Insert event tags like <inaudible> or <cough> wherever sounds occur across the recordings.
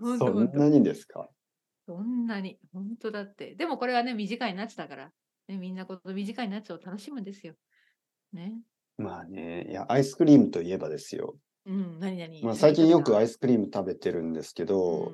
ほんそとほんんとなにですかそんなに、本当だって。でもこれはね、短い夏だから、ね、みんなこの短い夏を楽しむんですよ。ね。まあね、いや、アイスクリームといえばですよ。うん、何々。まあ、最近よくアイイスクリーム食べてるんですけど、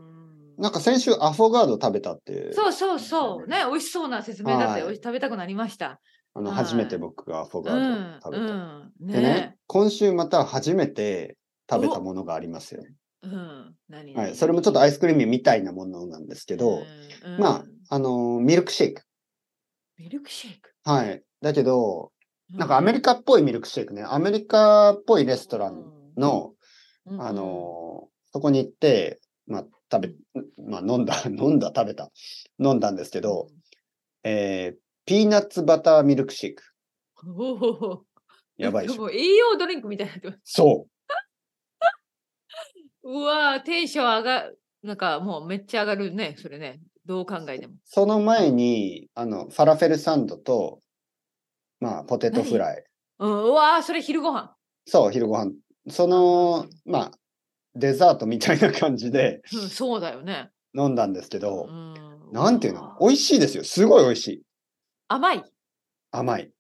なんか、か先週アフォガード食べたって、そうそうそう、ね、美味しそうな説明だっはて、いおい食べたくなりました。あのはい初めて僕がアフォうガーんド、食べた。うん、でねね。、今週また初めて食べたものがありますよ。うん、何々。はい、それもちょっとアイスクリームみたいなものなんですけど、うん、うんまあ、あのーミルクシェイク。ミルクシェイク。はい。だけど、うなんかアメリカっぽいミルクシェイクね。アメリカっぽいレストランうの、ん、うんあのー、そこに行って、まあ、食べ、まあ、飲んだ、 <laughs> 飲んだ、食べた、飲んだんですけど、、えーピーナッツバターミルクシェイク。うんお <laughs> お、やばいでしょ。もう栄養ドリンクみたいになってますそうわーテンション上がなんかもうめっちゃ上がるね、それね。どう考えてもう。。その前に、あの、ファラフェルサンドと、まあ、ポテトフライ。うん、うわーそれ昼ご飯そう、昼ご飯。その、まあ、デザートみたいな感じでうん、そうだよね。飲んだんですけうど、ん、なんていうのわー美味しいですよ。すごい美味しい。甘い。甘い。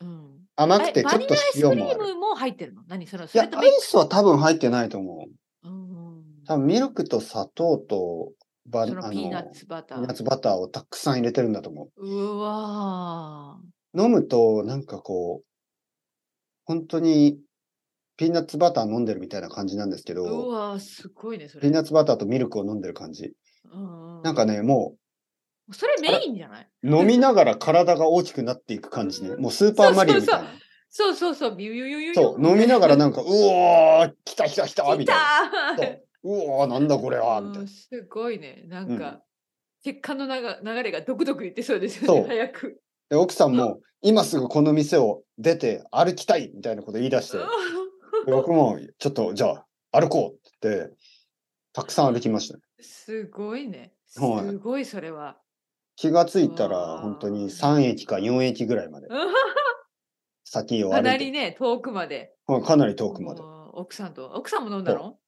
うん、甘えくてちバょニっラとアイスク塩リもあーる。ムも入ってるの何そのいそやれ、とアベイスは多分入ってないと思う。うん、多分ミルクと砂糖とバそあののピーナッツバタピーナッー。ツバターをたくさん入れてるんだと思うわう。飲むと、なんかこう、本当にピーナッツバター飲んでるみたいな感じなんですけーうど、わーすごいね、そピーれ。ナッツバターとミルクを飲んでる感じ。うん、なんかね、もうそれメインじゃない飲みながら体が大きくなっていく感じね。 <laughs> もうスーパーマリオみたいな。そうそうそう、ビュービュービュービューそう、飲みながらなん <laughs> か、うおー、来た来た来たみ来たたいな。ーそううおー、なんだこれはみたういんな。すごいね。なうんんか、血管のなが流れがドクドクいってそうですよね。そう早く。で、奥さんも、今すぐこの店を出て歩きたいみたいなこと言い出して、で僕も、ちょっと、じゃあ、歩こうって言って、たくさん歩きましたね。 <laughs> すごいね。すはいごいそれは。気がついたうわら、ー本当に3駅か4駅ぐらいまで、先をか歩ないりて、ね、遠くまで。はいかなり遠くまでう。ん奥さんと。奥さんも飲んだの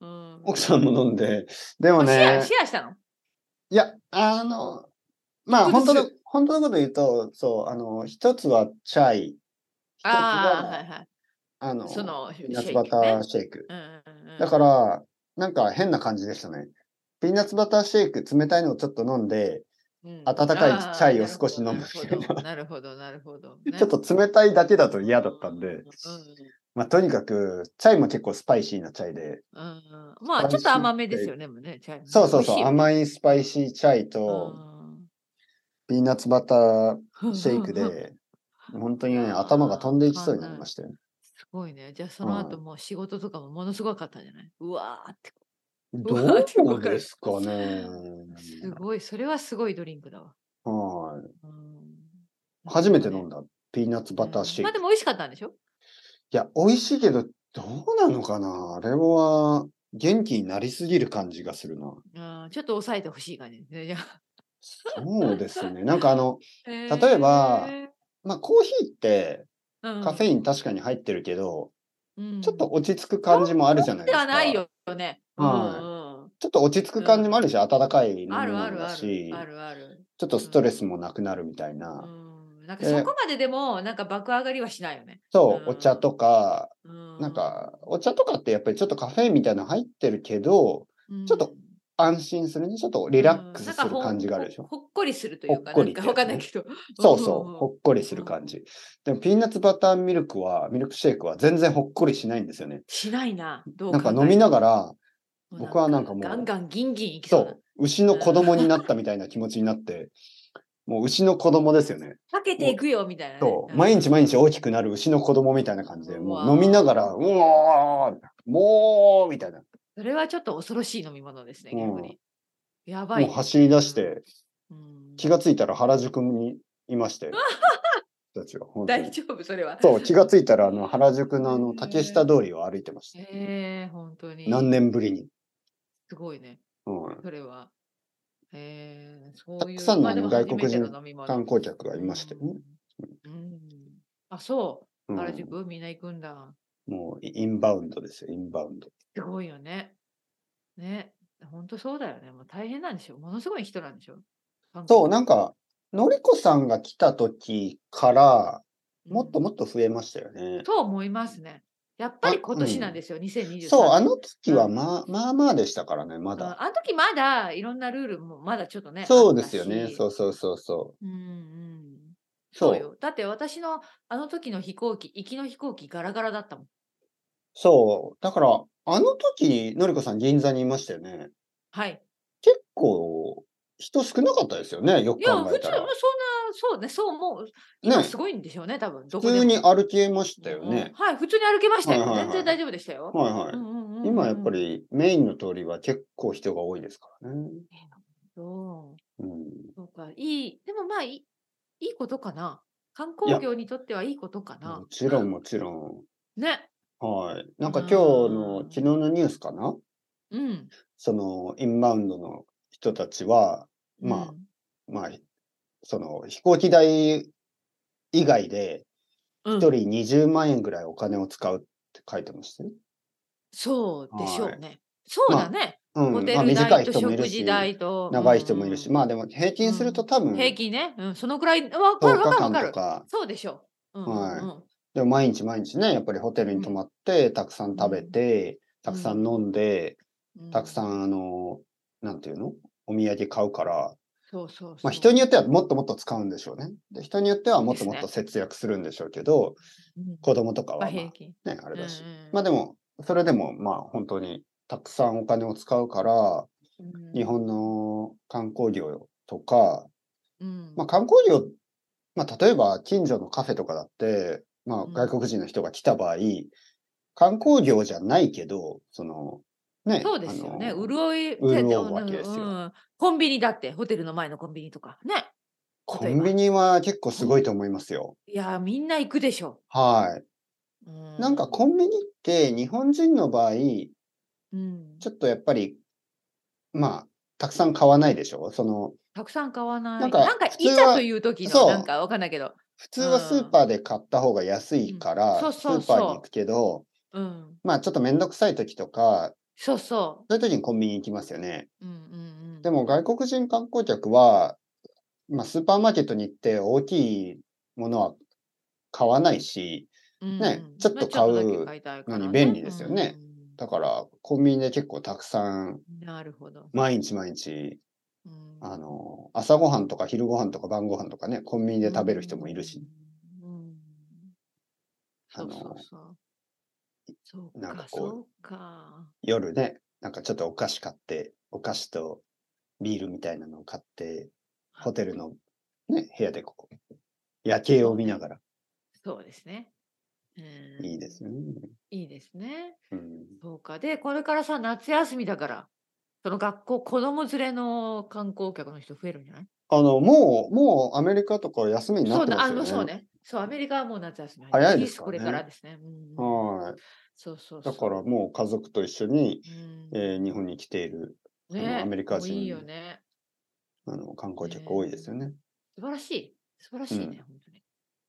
うん。奥さんも飲んで、でもあシェアね、シェアしたのいや、あの、まあ、一つ本当ずの、本当のこと言うと、そう、あの、一つはチャイ、一つああ、は、はあいはい。の、その、ピーナッシェツイバクターシェイク。ねうんうんうんだから、なんか変な感じでしたね。ピーナッツバターシェイク、冷たいのをちょっと飲んで、うん温かいあーチャイを少し飲むみたいなるほど、なるほど。 <laughs> ちょっと冷たいだけだと嫌だったんうでん、うまあ、とにかく、チャイも結構スパイシーなチャイで、んうんうんまあ、ちょっと甘めですよね、でもね。チャイもねそうそう美味しそ、いうよね甘いスパイシーチャイと、ピーナッツバターシ <laughs> ェイクうんうんうんで、本当にね、頭が飛んでいきそうになりましたよ。すごいね。じゃあその後うもう仕事とかもものすごかったんじゃないうわーって。どうわってうですかね。すごい。それはすごいドリンクだわ。はい。うん初めて飲んだ。だ。ピーナッツバターシェイまあク。でいも美味しかったんでしょや、美味しいけど、どうなのかなあれは、元気になりすぎる感じがする <laughs> な。うんちょっと抑えてほしい感じです <laughs> ね。じゃあそうですね。なんかあの、例例えばまあ、コーヒーってカフェイン確かに入ってるけど、ンちょっと落ち着く感じもあるじゃないでですか。はないよね。はいうんうんちょっと落ち着く感じもあるし、温かい飲みあるあ物るだあしる。、あるある。ちょっとストレスもなくなるみたいな。うんなんかえそこまででもなんか爆上がりはしないよね。そう、うんお茶とか、ななん、か、お茶とかってやっぱりちょっとカフェインみたいなの入ってるけど、うんちょっと安心するね。ちょっとリラックスする感じがあるでしうんょ。なんかほんほほっこりするというか、ほっこなんりかわかんないってけど。 <laughs> そうそんんう、ほっこりする感じ。でも、ピーナッツバターミルクは、ミルクシェイクは全然ほっこりしないんですよね。しないな。どうなんか飲みながら、ら僕はなんかもうガンガンギンギンいきそそうなう、牛の子供になったみたいな気持ちにな <laughs> って、もう牛の子供ですよね。かけていくよみたいなね。そう、ん毎日毎日大きくなる牛の子供みたいな感じで、もうわう飲みながら、うおーもうみたいな。それはちょっと恐ろしい飲み物ですね、うん逆に。やばいもね。う走り出して、うん気がついたら原宿にいまして。人たちが本当大に丈夫、それは。そう、気がついたらあの原宿のあへのー竹下通りを歩いてました。えー、本当に。何年ぶりに。すごいね、うん、それは。えー、そういうたくさんのまあでも外国人初めての飲み物観光客がいましてね。うんうんあ、そう。うん原宿、みんな行くんだ。もうインバウンドですよ、インバウンド。すごいよね。ね。本当そうだよね。もう大変なんでしょ。ものすごい人なんでしょ。韓そう、国なんか、のりこさんが来た時から、うんもっともっと増えましたよね。と思いますね。やっぱりあ今年うんなんですよ、2023年。そう、あの時はまあまあまあでしたからね、まうんだ。あの時まだいろんなルールもまだちょっとね。そうですよね、うそ。うそうそうそうんうん。そうそうよ。だって私のあの時の飛行機、行きの飛行機ガラガラだったもん。う。そう、だから、あの時、のりこさん銀座にいましたよね。はい。結構、人少なかったですよね、よくいや、考普え通、そたんなら。、そうね、そう思う。ね今すごいんでしょうね、多分。どこ普でも通に歩けましたようんね。はい、普通に歩けましたよ。はいはいはい全然大丈夫でしたよ。はいはい。うんうんうんうん今やっぱ。りメインの通りは結構人が多いですからね。そううん、そうか、いい、でもまあ、いいいいことかな。観光業にとってはいいことかなも。ちろんもちろん。ね。はい。なんかうん今日の昨日のニュースかなうん。そのインバウンドの人たちは、ままあ、まあ、その飛行機代以外であ、うん1人20万円ぐらいお金を使うって書いてましたよ。そうでしょうね。そうだね。うん。ホテまあル短代いと人もいる食事し、代と。長い人もいるし、うんまあでも平均すると多う分ん10平日均ね。うん、そのくらい。わかるわかる間わかとる。か、そうでしょう。うんうんはいうんでも毎日毎日ね、やっぱりホテルに泊まって、たくさん食べて、たくさん飲んで、うんたくさん、あの、なんていうのお土産買うから、そうそうそう。まあ、人によってはもっともっと使うんでしょうね。で人によってはもっともっと節約するんでしょうけど、うん、子供とかまあはまあ平ね、均。あれだしうん。うんまあでも、それでもまあ本当にたくさんお金を使うから、うん日本の観光業とか、うんまあ観光業、まあ例えば近所のカフェとかだって、まあうん外国人の人が来た場合、観光業じゃないけど、その、ね、そうですよね。あの潤い、潤うわけですよんコンビニだって、ホテルの前のコンビニとか。ね。コンビニは結構すごいと思いますよ。いやー、みんな行くでしょ。はい。うなんかコンビニって日本人の場合、ちうん、ょっとやっぱり、まあ、たくさん買わないでしょその、たくさん買わなない。なんんかか、普通いはざという時その、うなんかわかんないけど。普通はスーパーで買った方が安いから、うんそうそうそうスーパーに行くけど、うん。まあちょっとめんどくさい時とか、そうそそういう時にコンビニ行きますよね。う。うんうんうん。でも外国人観光客は、まあスーパーマーケットに行って大きいものは買わないし、うん、ねちょっと買うのに便利ですよねだからコンビニで結構たくさん、うんなるほど。毎日毎日、うんあの、朝ごはんとか昼ごはんとか晩ごはんとかね、コンビニで食べる人もいるし、。うんうんあそうのそうそう。そうなんかかこうそうか。夜ね、なんかちょっとお菓子買って、お菓子とビールみたいなのを買って、ホテルの、ね、部屋でこう、夜景を見ながら、そうですね。うんいいですね。いいですね。うん、そうか。で、これからさ、夏休みだから、その学校、子供連れの観光客の人増えるんじゃないあの、もう、もうアメリカとか休みになそっうてなまあすよのね。そうね。そう、アメリカはもう夏休み入る。早いイギでリすスかこれねからですね。うんうん、はい。そうそうだそう。からもう家族と一緒に、うんえー日本に来ているそのねアメリカもういい人よね。あの観光客多いですよね。素晴らしい。素晴らしいね、うん本当に。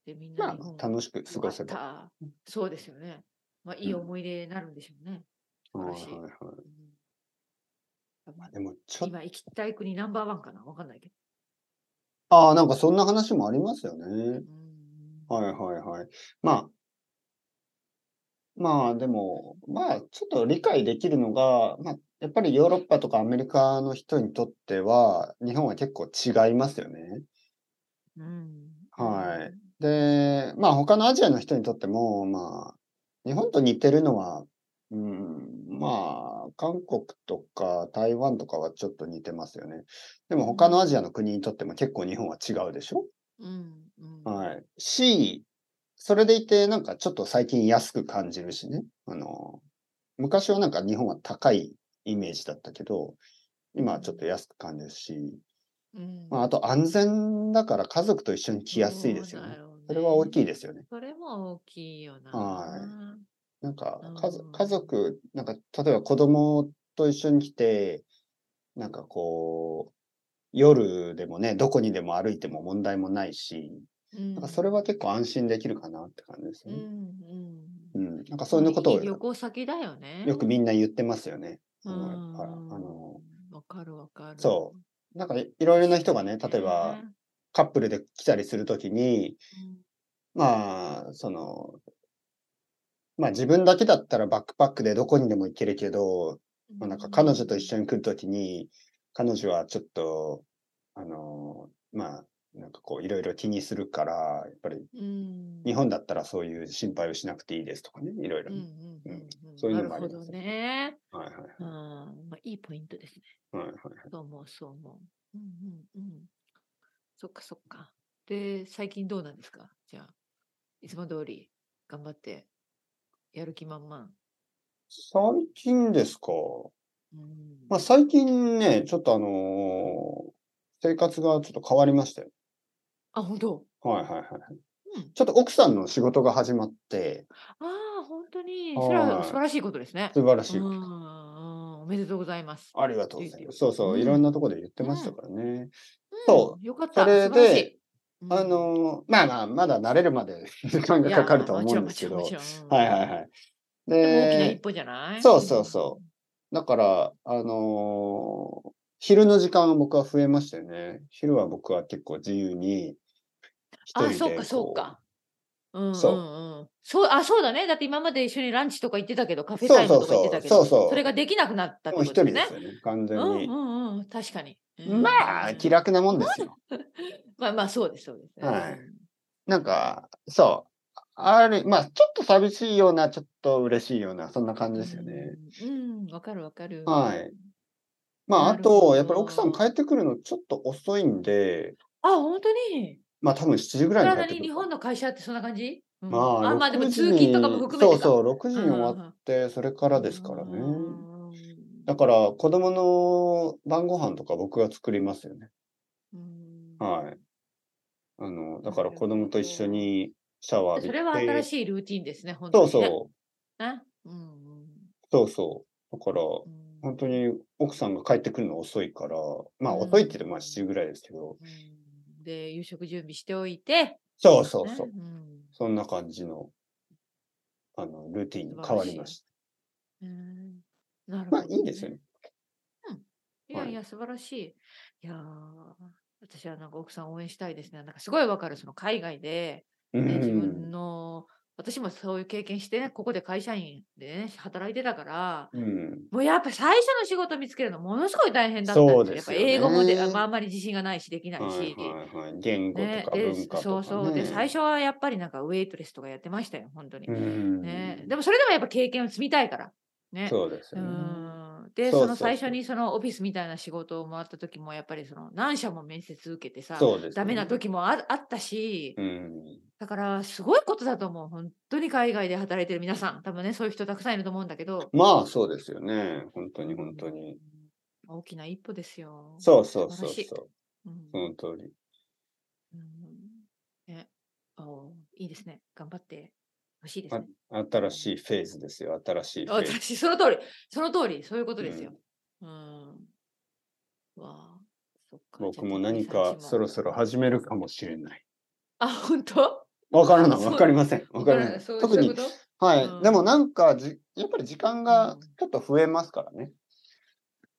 で、みんなま日本あ、楽しく過ごせよば。かったそうですよね。まあ、いいうん思い出になるんでしょうね。素はい晴はらいしい。はい。うんまあでも、ちょっと今行きたい国ナンバーワンかなわかんないけど。ああ、なんかそんな話もありますよね。うんはいはいはい。まあ、まあでも、まあちょっと理解できるのが、まあやっぱりヨーロッパとかアメリカの人にとっては、日本は結構違いますよね。うんはいで、まあ他のアジアの人にとっても、まあ日本と似てるのは、うん、まあ韓国とか台湾とかはちょっと似てますよね。でも他のアジアの国にとっても結構日本は違うでしょうん。うん。はい。し、それでいて、なんかちょっと最近安く感じるしね。あの、昔はなんか日本は高いイメージだったけど、今はちょっと安く感じるし、うんまあ、あと安全だから家族と一緒に来やすいですよね。。それは大きいでですよね。それも大きいよな。はなんかうん家族、家族、なんか例えば子供と一緒に来て、なんかこう、夜でもね、どこにでも歩いても問題もないし、うんなんかそれは結構安心できるかなって感じですうんね。うん。うん、なんかそういうことをいい旅行先だよね。よくみんな言ってますよね。うあのやっぱあのんわかるわかる。。そうなんかいいろいろな人がね、例えばカップルで来たりするときに、まあ、その、まあ自分だけだったらバックパックでどこにでも行けるけど、まあ、なんか彼女と一緒に。に来るときに、彼女はちょっと、あの、まあ、なんかこういろいろ気にするから、やっぱりうん日本だったらそういう心配をしなくていいですとかね、いろいろうんね、うんうんうんそういうのもありなまするほどね。はいはいうんまあ、いいポイントですね。はいはい。そう思う、そう思う。うんうんうん。そっかそっか。で、最近どうなんですかじゃあ、いつも通り頑張って、やる気満々。最近ですか。うんまあ最近ね、ちょっとあのー生活がちょっと変わりましたよ。あ、本当はいはいはい。うんちょっと奥さんの仕事が始まって、ああ、本当に、はいそれは素晴らしいことですね。素晴らしいうんこうと。ん、おめでとうございます。ありがとうございます。そうそうう、んいろんなところで言ってましたからね。そううん、よかった。それで素晴らしい、うんあのーまあまあ、まだ慣れるまで <laughs> 時間がかかるとは思うんですけど。はいはいはいい。や。もちろんもちろんもちろんでも大きな一で、歩じゃないそうそうそだから、あのー昼の時間は僕は増えましたよね。昼は僕は結構自由に、一あ、人そうでか、そうこうか。うんうんうん、そうそうあそうだねだって今まで一緒にランチとか行ってたけどカフェそうタイムとか行ってたけどそうそうそうれができなくなったっもてうこ一と人ですでねすよね、完全うんに。うんうん確かに、うんまあ、気楽なもんですよ。まあまあそうですそうです、はいうんなんか、そう。あれ、まあ、ちょっと寂しいような、ちょっと嬉しいような、そんな感じですよね。うん。うん、わかるわかる。はい。まあ、あなるほどと、やっぱり奥さん帰ってくるのちょっと遅いんで、あ、本当に。まあ、多分7時ぐらいに帰体ってにく日る。本の会社ってそんな感じ、うんまあ、あ、まあでも6時通に勤とかも含めてか。そうう、そう、6時に終わって、それからですからね。うん。だから、子供の晩ご飯とか僕が作りますよね。うんはい。あの、だからなるほど子供と一緒にシャワー浴そびれは新て。しいルーティンですね、本当に、そうね。そう。う。ね、うんそうそう。だから、うん。本当に奥さんが帰ってくるの遅いから、まあうん遅いって言ってもまあ7時ぐらいですけど、うんで、夕食準備しておいて。そうそうそう。ねんそんな感じの、あの、ルーティンに変わりました。うんなるほまど、あいいですよね。いやはいいや、素晴らしい。いやー私はなんか奥さん応援したいですね。なんかすごいわかる、その海外で、うね自ん。分の、私もそういう経験してね、ここで会社員でね、働いてたから、うん。もうやっぱ最初の仕事見つけるのものすごい大変だったんですよ。そうですよやっねぱ英語もで、あまあ、あんまり自信がないし、できないし。はいはいはい。言語とねか、で文化とか、ね。そうそう。で、最初はやっぱりなんかウェイトレスとかやってましたよ、本当に。うん。ね、でもそれでもやっぱ経験を積みたいから。ね。そうですうよね。んでそうそそうのそう最初にそのオフィスみたいな仕事を回った時もやっぱりその何社も面接受けてさ、そうです、ね。ダメな時もああったしうん。だからすごいことだと思う本当に海外で働いてる皆さん多分ねそういう人たくさんいると思うんだけどまあそうですよね。本当に本当に。うん大きな一歩ですよ。そうそうそう素晴らしいそう。うんその通り。うんね、おいいですね頑張ってほしいですあね。新しいフェーズですよ。新しいフェーズ。私その通りその通りそういうことですよ。うん。わあ、そっか。僕も何かそろそろは始めるかもしれない。あ、本当わからない、そうわかりません。わからない。そう特そういうにこ、とはい、うんでもなんかじ、やっぱり時間うがんちょっと増えますからね。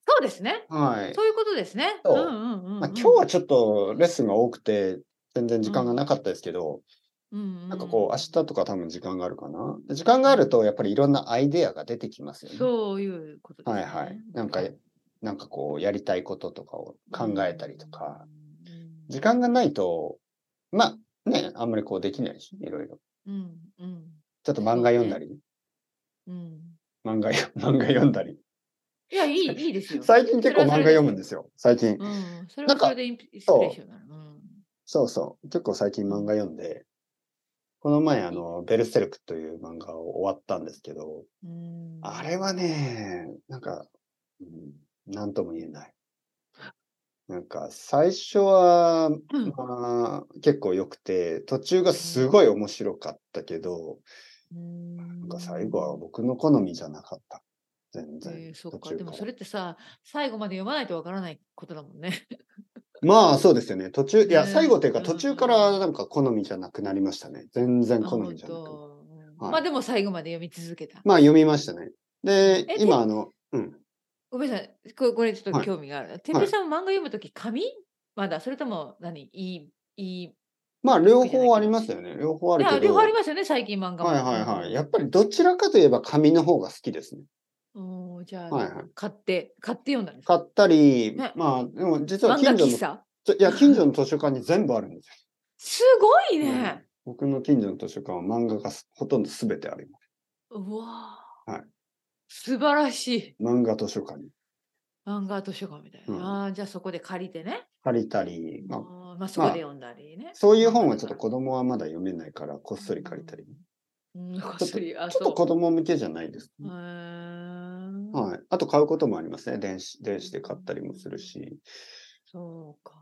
そうですね。はい。そういうことですね。そうんうんうんうん。まあ、今日はちょっとレッスンが多くて、全然時間がなかったですけど、ななんかこう、明日とか多分時間があるかな。で時間があると、やっぱりいろんなアイデアが出てきますよね。そういうことですはね。いはい。なんか、なんかこう、やりたいこととかを考えたりとか、うん。時間がないと、まあ、ね、あんまりこうできないし、いろいろ。うんうんちょっと漫画読んだり、うん。漫画よ、 <laughs> 漫画読んだり。いや、いい、いいですよ。。最近結構漫画読むんですすよ。最近。うん。それなはんかそれでインピインスピレーションになる。うん。そうそう。結構最近漫画読んで、この前あの、ベルセルクという漫画を終わったんですけど、うんあれはね、なんか、うんなんとも言えない。なんか、最初は、うんまあ、結構良くて、途中がすごい面白かったけど、ななんか最後は僕の好みじゃなかった。全然。えー、そっ途か。中でもからそれってさ、最後まで読まないとわからないことだもんね。 <laughs> まあそうですよね。途中、いや、ね最後というかうん途中からなんか好みじゃなくなりましたね。全然あ好みじゃなくな本当うんはいまあでも最後まで読み続けた。まあ読みましたね。でえ、今であの、うん。ごめんなさい、これこれちょっはとい興味がある。てっぺいさん漫画読むとき、紙まだそれとも何いい、いい。まあ両方ありますよね。両方あいるけやど。両方ありますよね、最近漫画も。はいはいはい。やっぱりどちらかといえば紙の方が好きですね。うんおーじゃあ、はいはい。買って、買って読んだんですか買ったり、ねまあでも実は漫画近所の喫、茶いや近所の図書館に全部あるんですよ。すごいね、うん僕の近所の図書館は漫画がすほとんど全てありまうわぁ、はい素晴らしい。す。漫画図書館に漫画図書館みたいな。うんああ、じゃあそこで借りてね。借りたり、あまあーまあ、そこで読んだりね。そういう本はちょっと子供はまだ読めないからこっそり借りたり。うん、こっっとそり、あ、ちょっとそ子供向けじゃないです、う。うーんはい。あと買うこともありますね。電子、電子で買ったりもするし。そうか。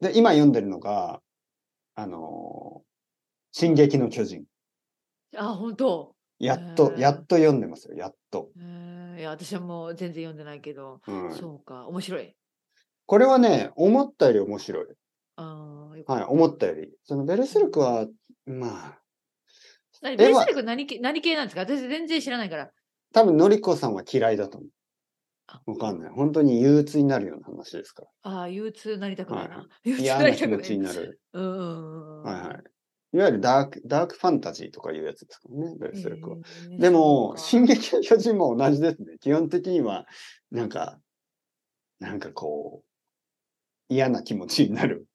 で、今読んでるのが、あのー進撃の巨人。あ、本当。やっと、へーやっと読んでますよ。やっと。えーいや、私はもう全然読んでないけど、うん、そうか、面白い。これはね、思ったより面白い。ああ、よかっはい、思ったより。そのベルセルクは、まあ、た。何絵ベルはセルク何系何系なんですか私全然知らないから。多分のりこさんは嫌いだと思あう。わかんない。本当に憂鬱になるような話です <laughs> から。ああ、憂鬱になりたくないはな。憂鬱に嫌ななり気たく持なちにい。なる。うんうんうん。はいはい。いわゆるダーク、ダークファンタジーとかいうやつですからね、ベルセルクは。えーでも、そ進うか撃の巨人も同じですね。基本的には、なんか、なんかこう、嫌な気持ちになる、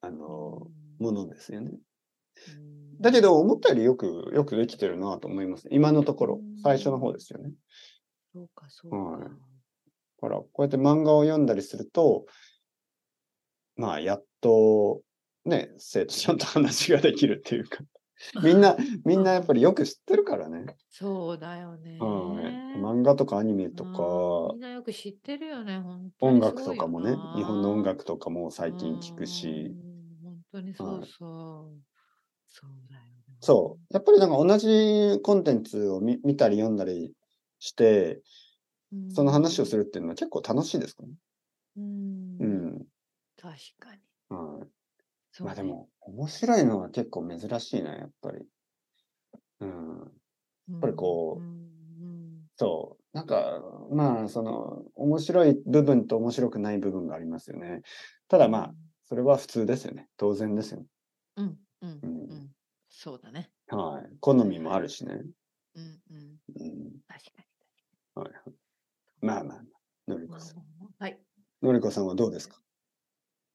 あの、ものですよね。うんだけど、思ったよりよく、よくできてるなと思います。今のところ、最初の方ですよね。そうか、そうはいか。だから、こうやって漫画を読んだりすると、まあ、やっと、ね、生徒ちゃんと話ができるっていう <laughs> か、みんな、みんなやっぱりよく知ってるからね。そうだよね。はい。漫画とかアニメとうんかみん、なよく知ってるよね、本当音に楽とかもねすごいよ、な日本の音楽とかも最近聞くし、うん。本当にそうそう。そうだよね。そう、やっぱりなんか同じコンテンツを見見たり読んだりして、うんその話をするっていうのは結構楽しいですかね。うんうん。確かに。はいそうまあでね、も、面白いのは結構珍しいな、やっぱり。うん。やっぱりこううんそう。なんか、まあ、その、面白い部分と面白くない部分がありますよね。ただまあ、、それは普通ですよね。当然ですよね。うんうんうんうんうんそうだね。はい。好みもあるしね。うんうん、うん。確かはい。まあまあまあ、のりに。こさん。はい。 <laughs> のりこさんはどうですか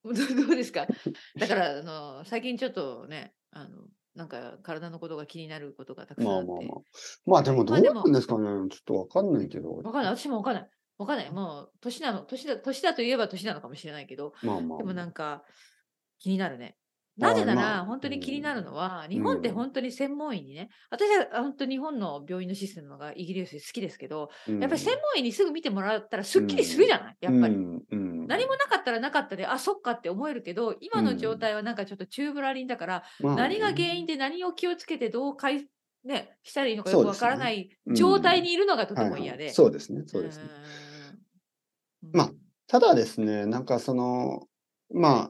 どうどうですかだから、あの、最近ちょっとね、あの、なんか体のことが気になることがたくさんまああって。まあまあ。まあでもどまうあでもなんですかねちょっとわかんないけど。わかんない。私もわかんない。わかんない。もう、年なの、年だ、年だといえば年なのかもしれないけど、まあまあ。でもなんか、気になるね。なぜなまあら、本当に気になるのは、日本ってうん本当に専門医にね、私は本当に日本の病院のシステムがイギリス好きですけど、うんやっぱり専門医にすぐ見てもらったらすっきりするじゃない、やっぱり。うんうん何もなかったらなかったで、あ、そっかって思えるけど、今うのん状態はなんかちょっとチューブラリンだから、まあ何が原因で何を気をつけてどう改ね、したらいいのかよくわからない状態にいるのがとても嫌はいはで。いそうですね。そうですね。うーん。まあただですね、なんかその、まあ、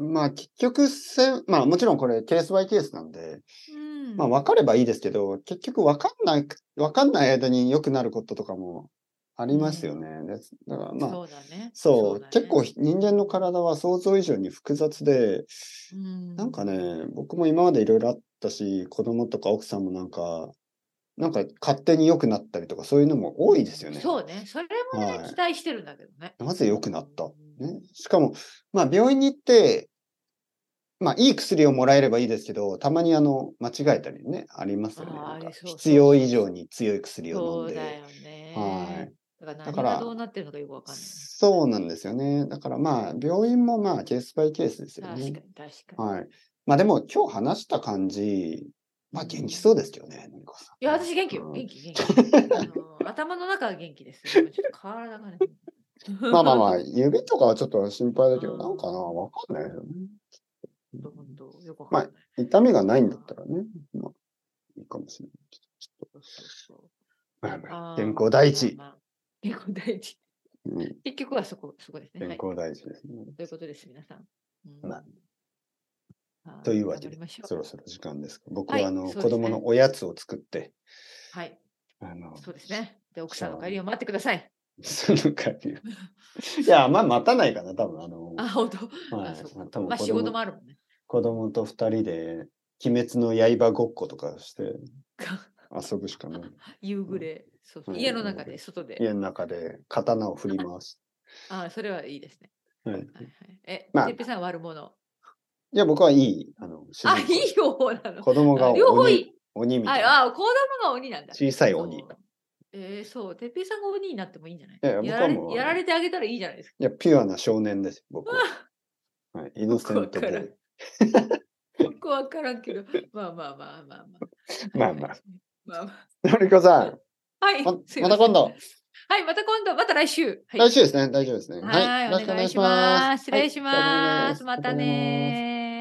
まあ結局せ、まあもちろんこれケースバイケースなんで、うん、まあ分かればいいですけど、結局分かんない、分かんない間に良くなることとかもありますよね。ですだからまあ、そうだね。そう、だね結構、人間の体は想像以上に複雑で、うん、なんかね、僕も今までいろいろあったし、子供とか奥さんもなんか、なんか勝手に良くなったりとか、そういうのも多いですよね。そうね。それもね、はい期待してるんだけどね。なぜ良くなった、うんね、しかも、まあ病院に行って、まあいい薬をもらえればいいですけど、たまにあの、間違えたりね、ありますよね。あーなんかありそう必要以上に強い薬そを飲んうだで。よね。はい。だからだ何からがどうなってるのかよくわかんない。そうなんですよね。だからまあ病院もまあケースバイケースですよね。確かに確かに。はい。まあでも今日話した感じ、まあ元気そうですけどね、のりこさん。いや、私元気よ。うん元気、元気。あの頭の中は元気です。でもちょっと体がね。まあ <laughs> まあまあ、指とかはちょっと心配だけど、うんなんかな、わかんないですよね。ほんとほんとよくわかんない。痛みがないんだったらね、まあ、いいかもしれないけどちょっそうそうそうとまあまああ。ー健康第一。まあまあ健康第一。うん結局はそこ、そこですね。健はい。康第一ですね。ということです、皆さん。うんまあはいというわけで頑張りましょうそろそろ時間です。僕はいはあの、そうですね子供のおやつを作って、はい、あの、そうですね。で、奥さんの帰りを待ってください。その会議をいや、まあ、待たないかな、多分あの、あ、本当。はあいそうかまあ多分まあ、子仕事も供あるもんね。子供と二人で、鬼滅の刃ごっことか <laughs> して遊ぶしかない。夕暮れ、そうそううん家の中で、外で。家の中で刀を振り回す。あ、それはいいですね。はい、いはいはい、え、まあてっぺさんは悪者。や、僕はいい、あの、主人あ、い公い方なの。子供があ両方鬼いい。鬼みたいな。あ、あ、子供が鬼なんだ。小さい鬼そう。えー、そう、てっぺいさんが鬼になってもいいんじゃないいやいややら僕はもれうやられてあげたらいいじゃな <laughs> いですか。いや、ピュアな少年です、僕は。はい、イノセント僕ボはからーイ。よくわからんけど、まあまあまあまあまあ。まあまあ。まあまあ。のりこさん、はい。ますいまたせん今度。。はい、また今度、また来週。はい来週ですね、大丈夫ですね。はい、お願いします。失礼します。はいまた。どうもお願いねー。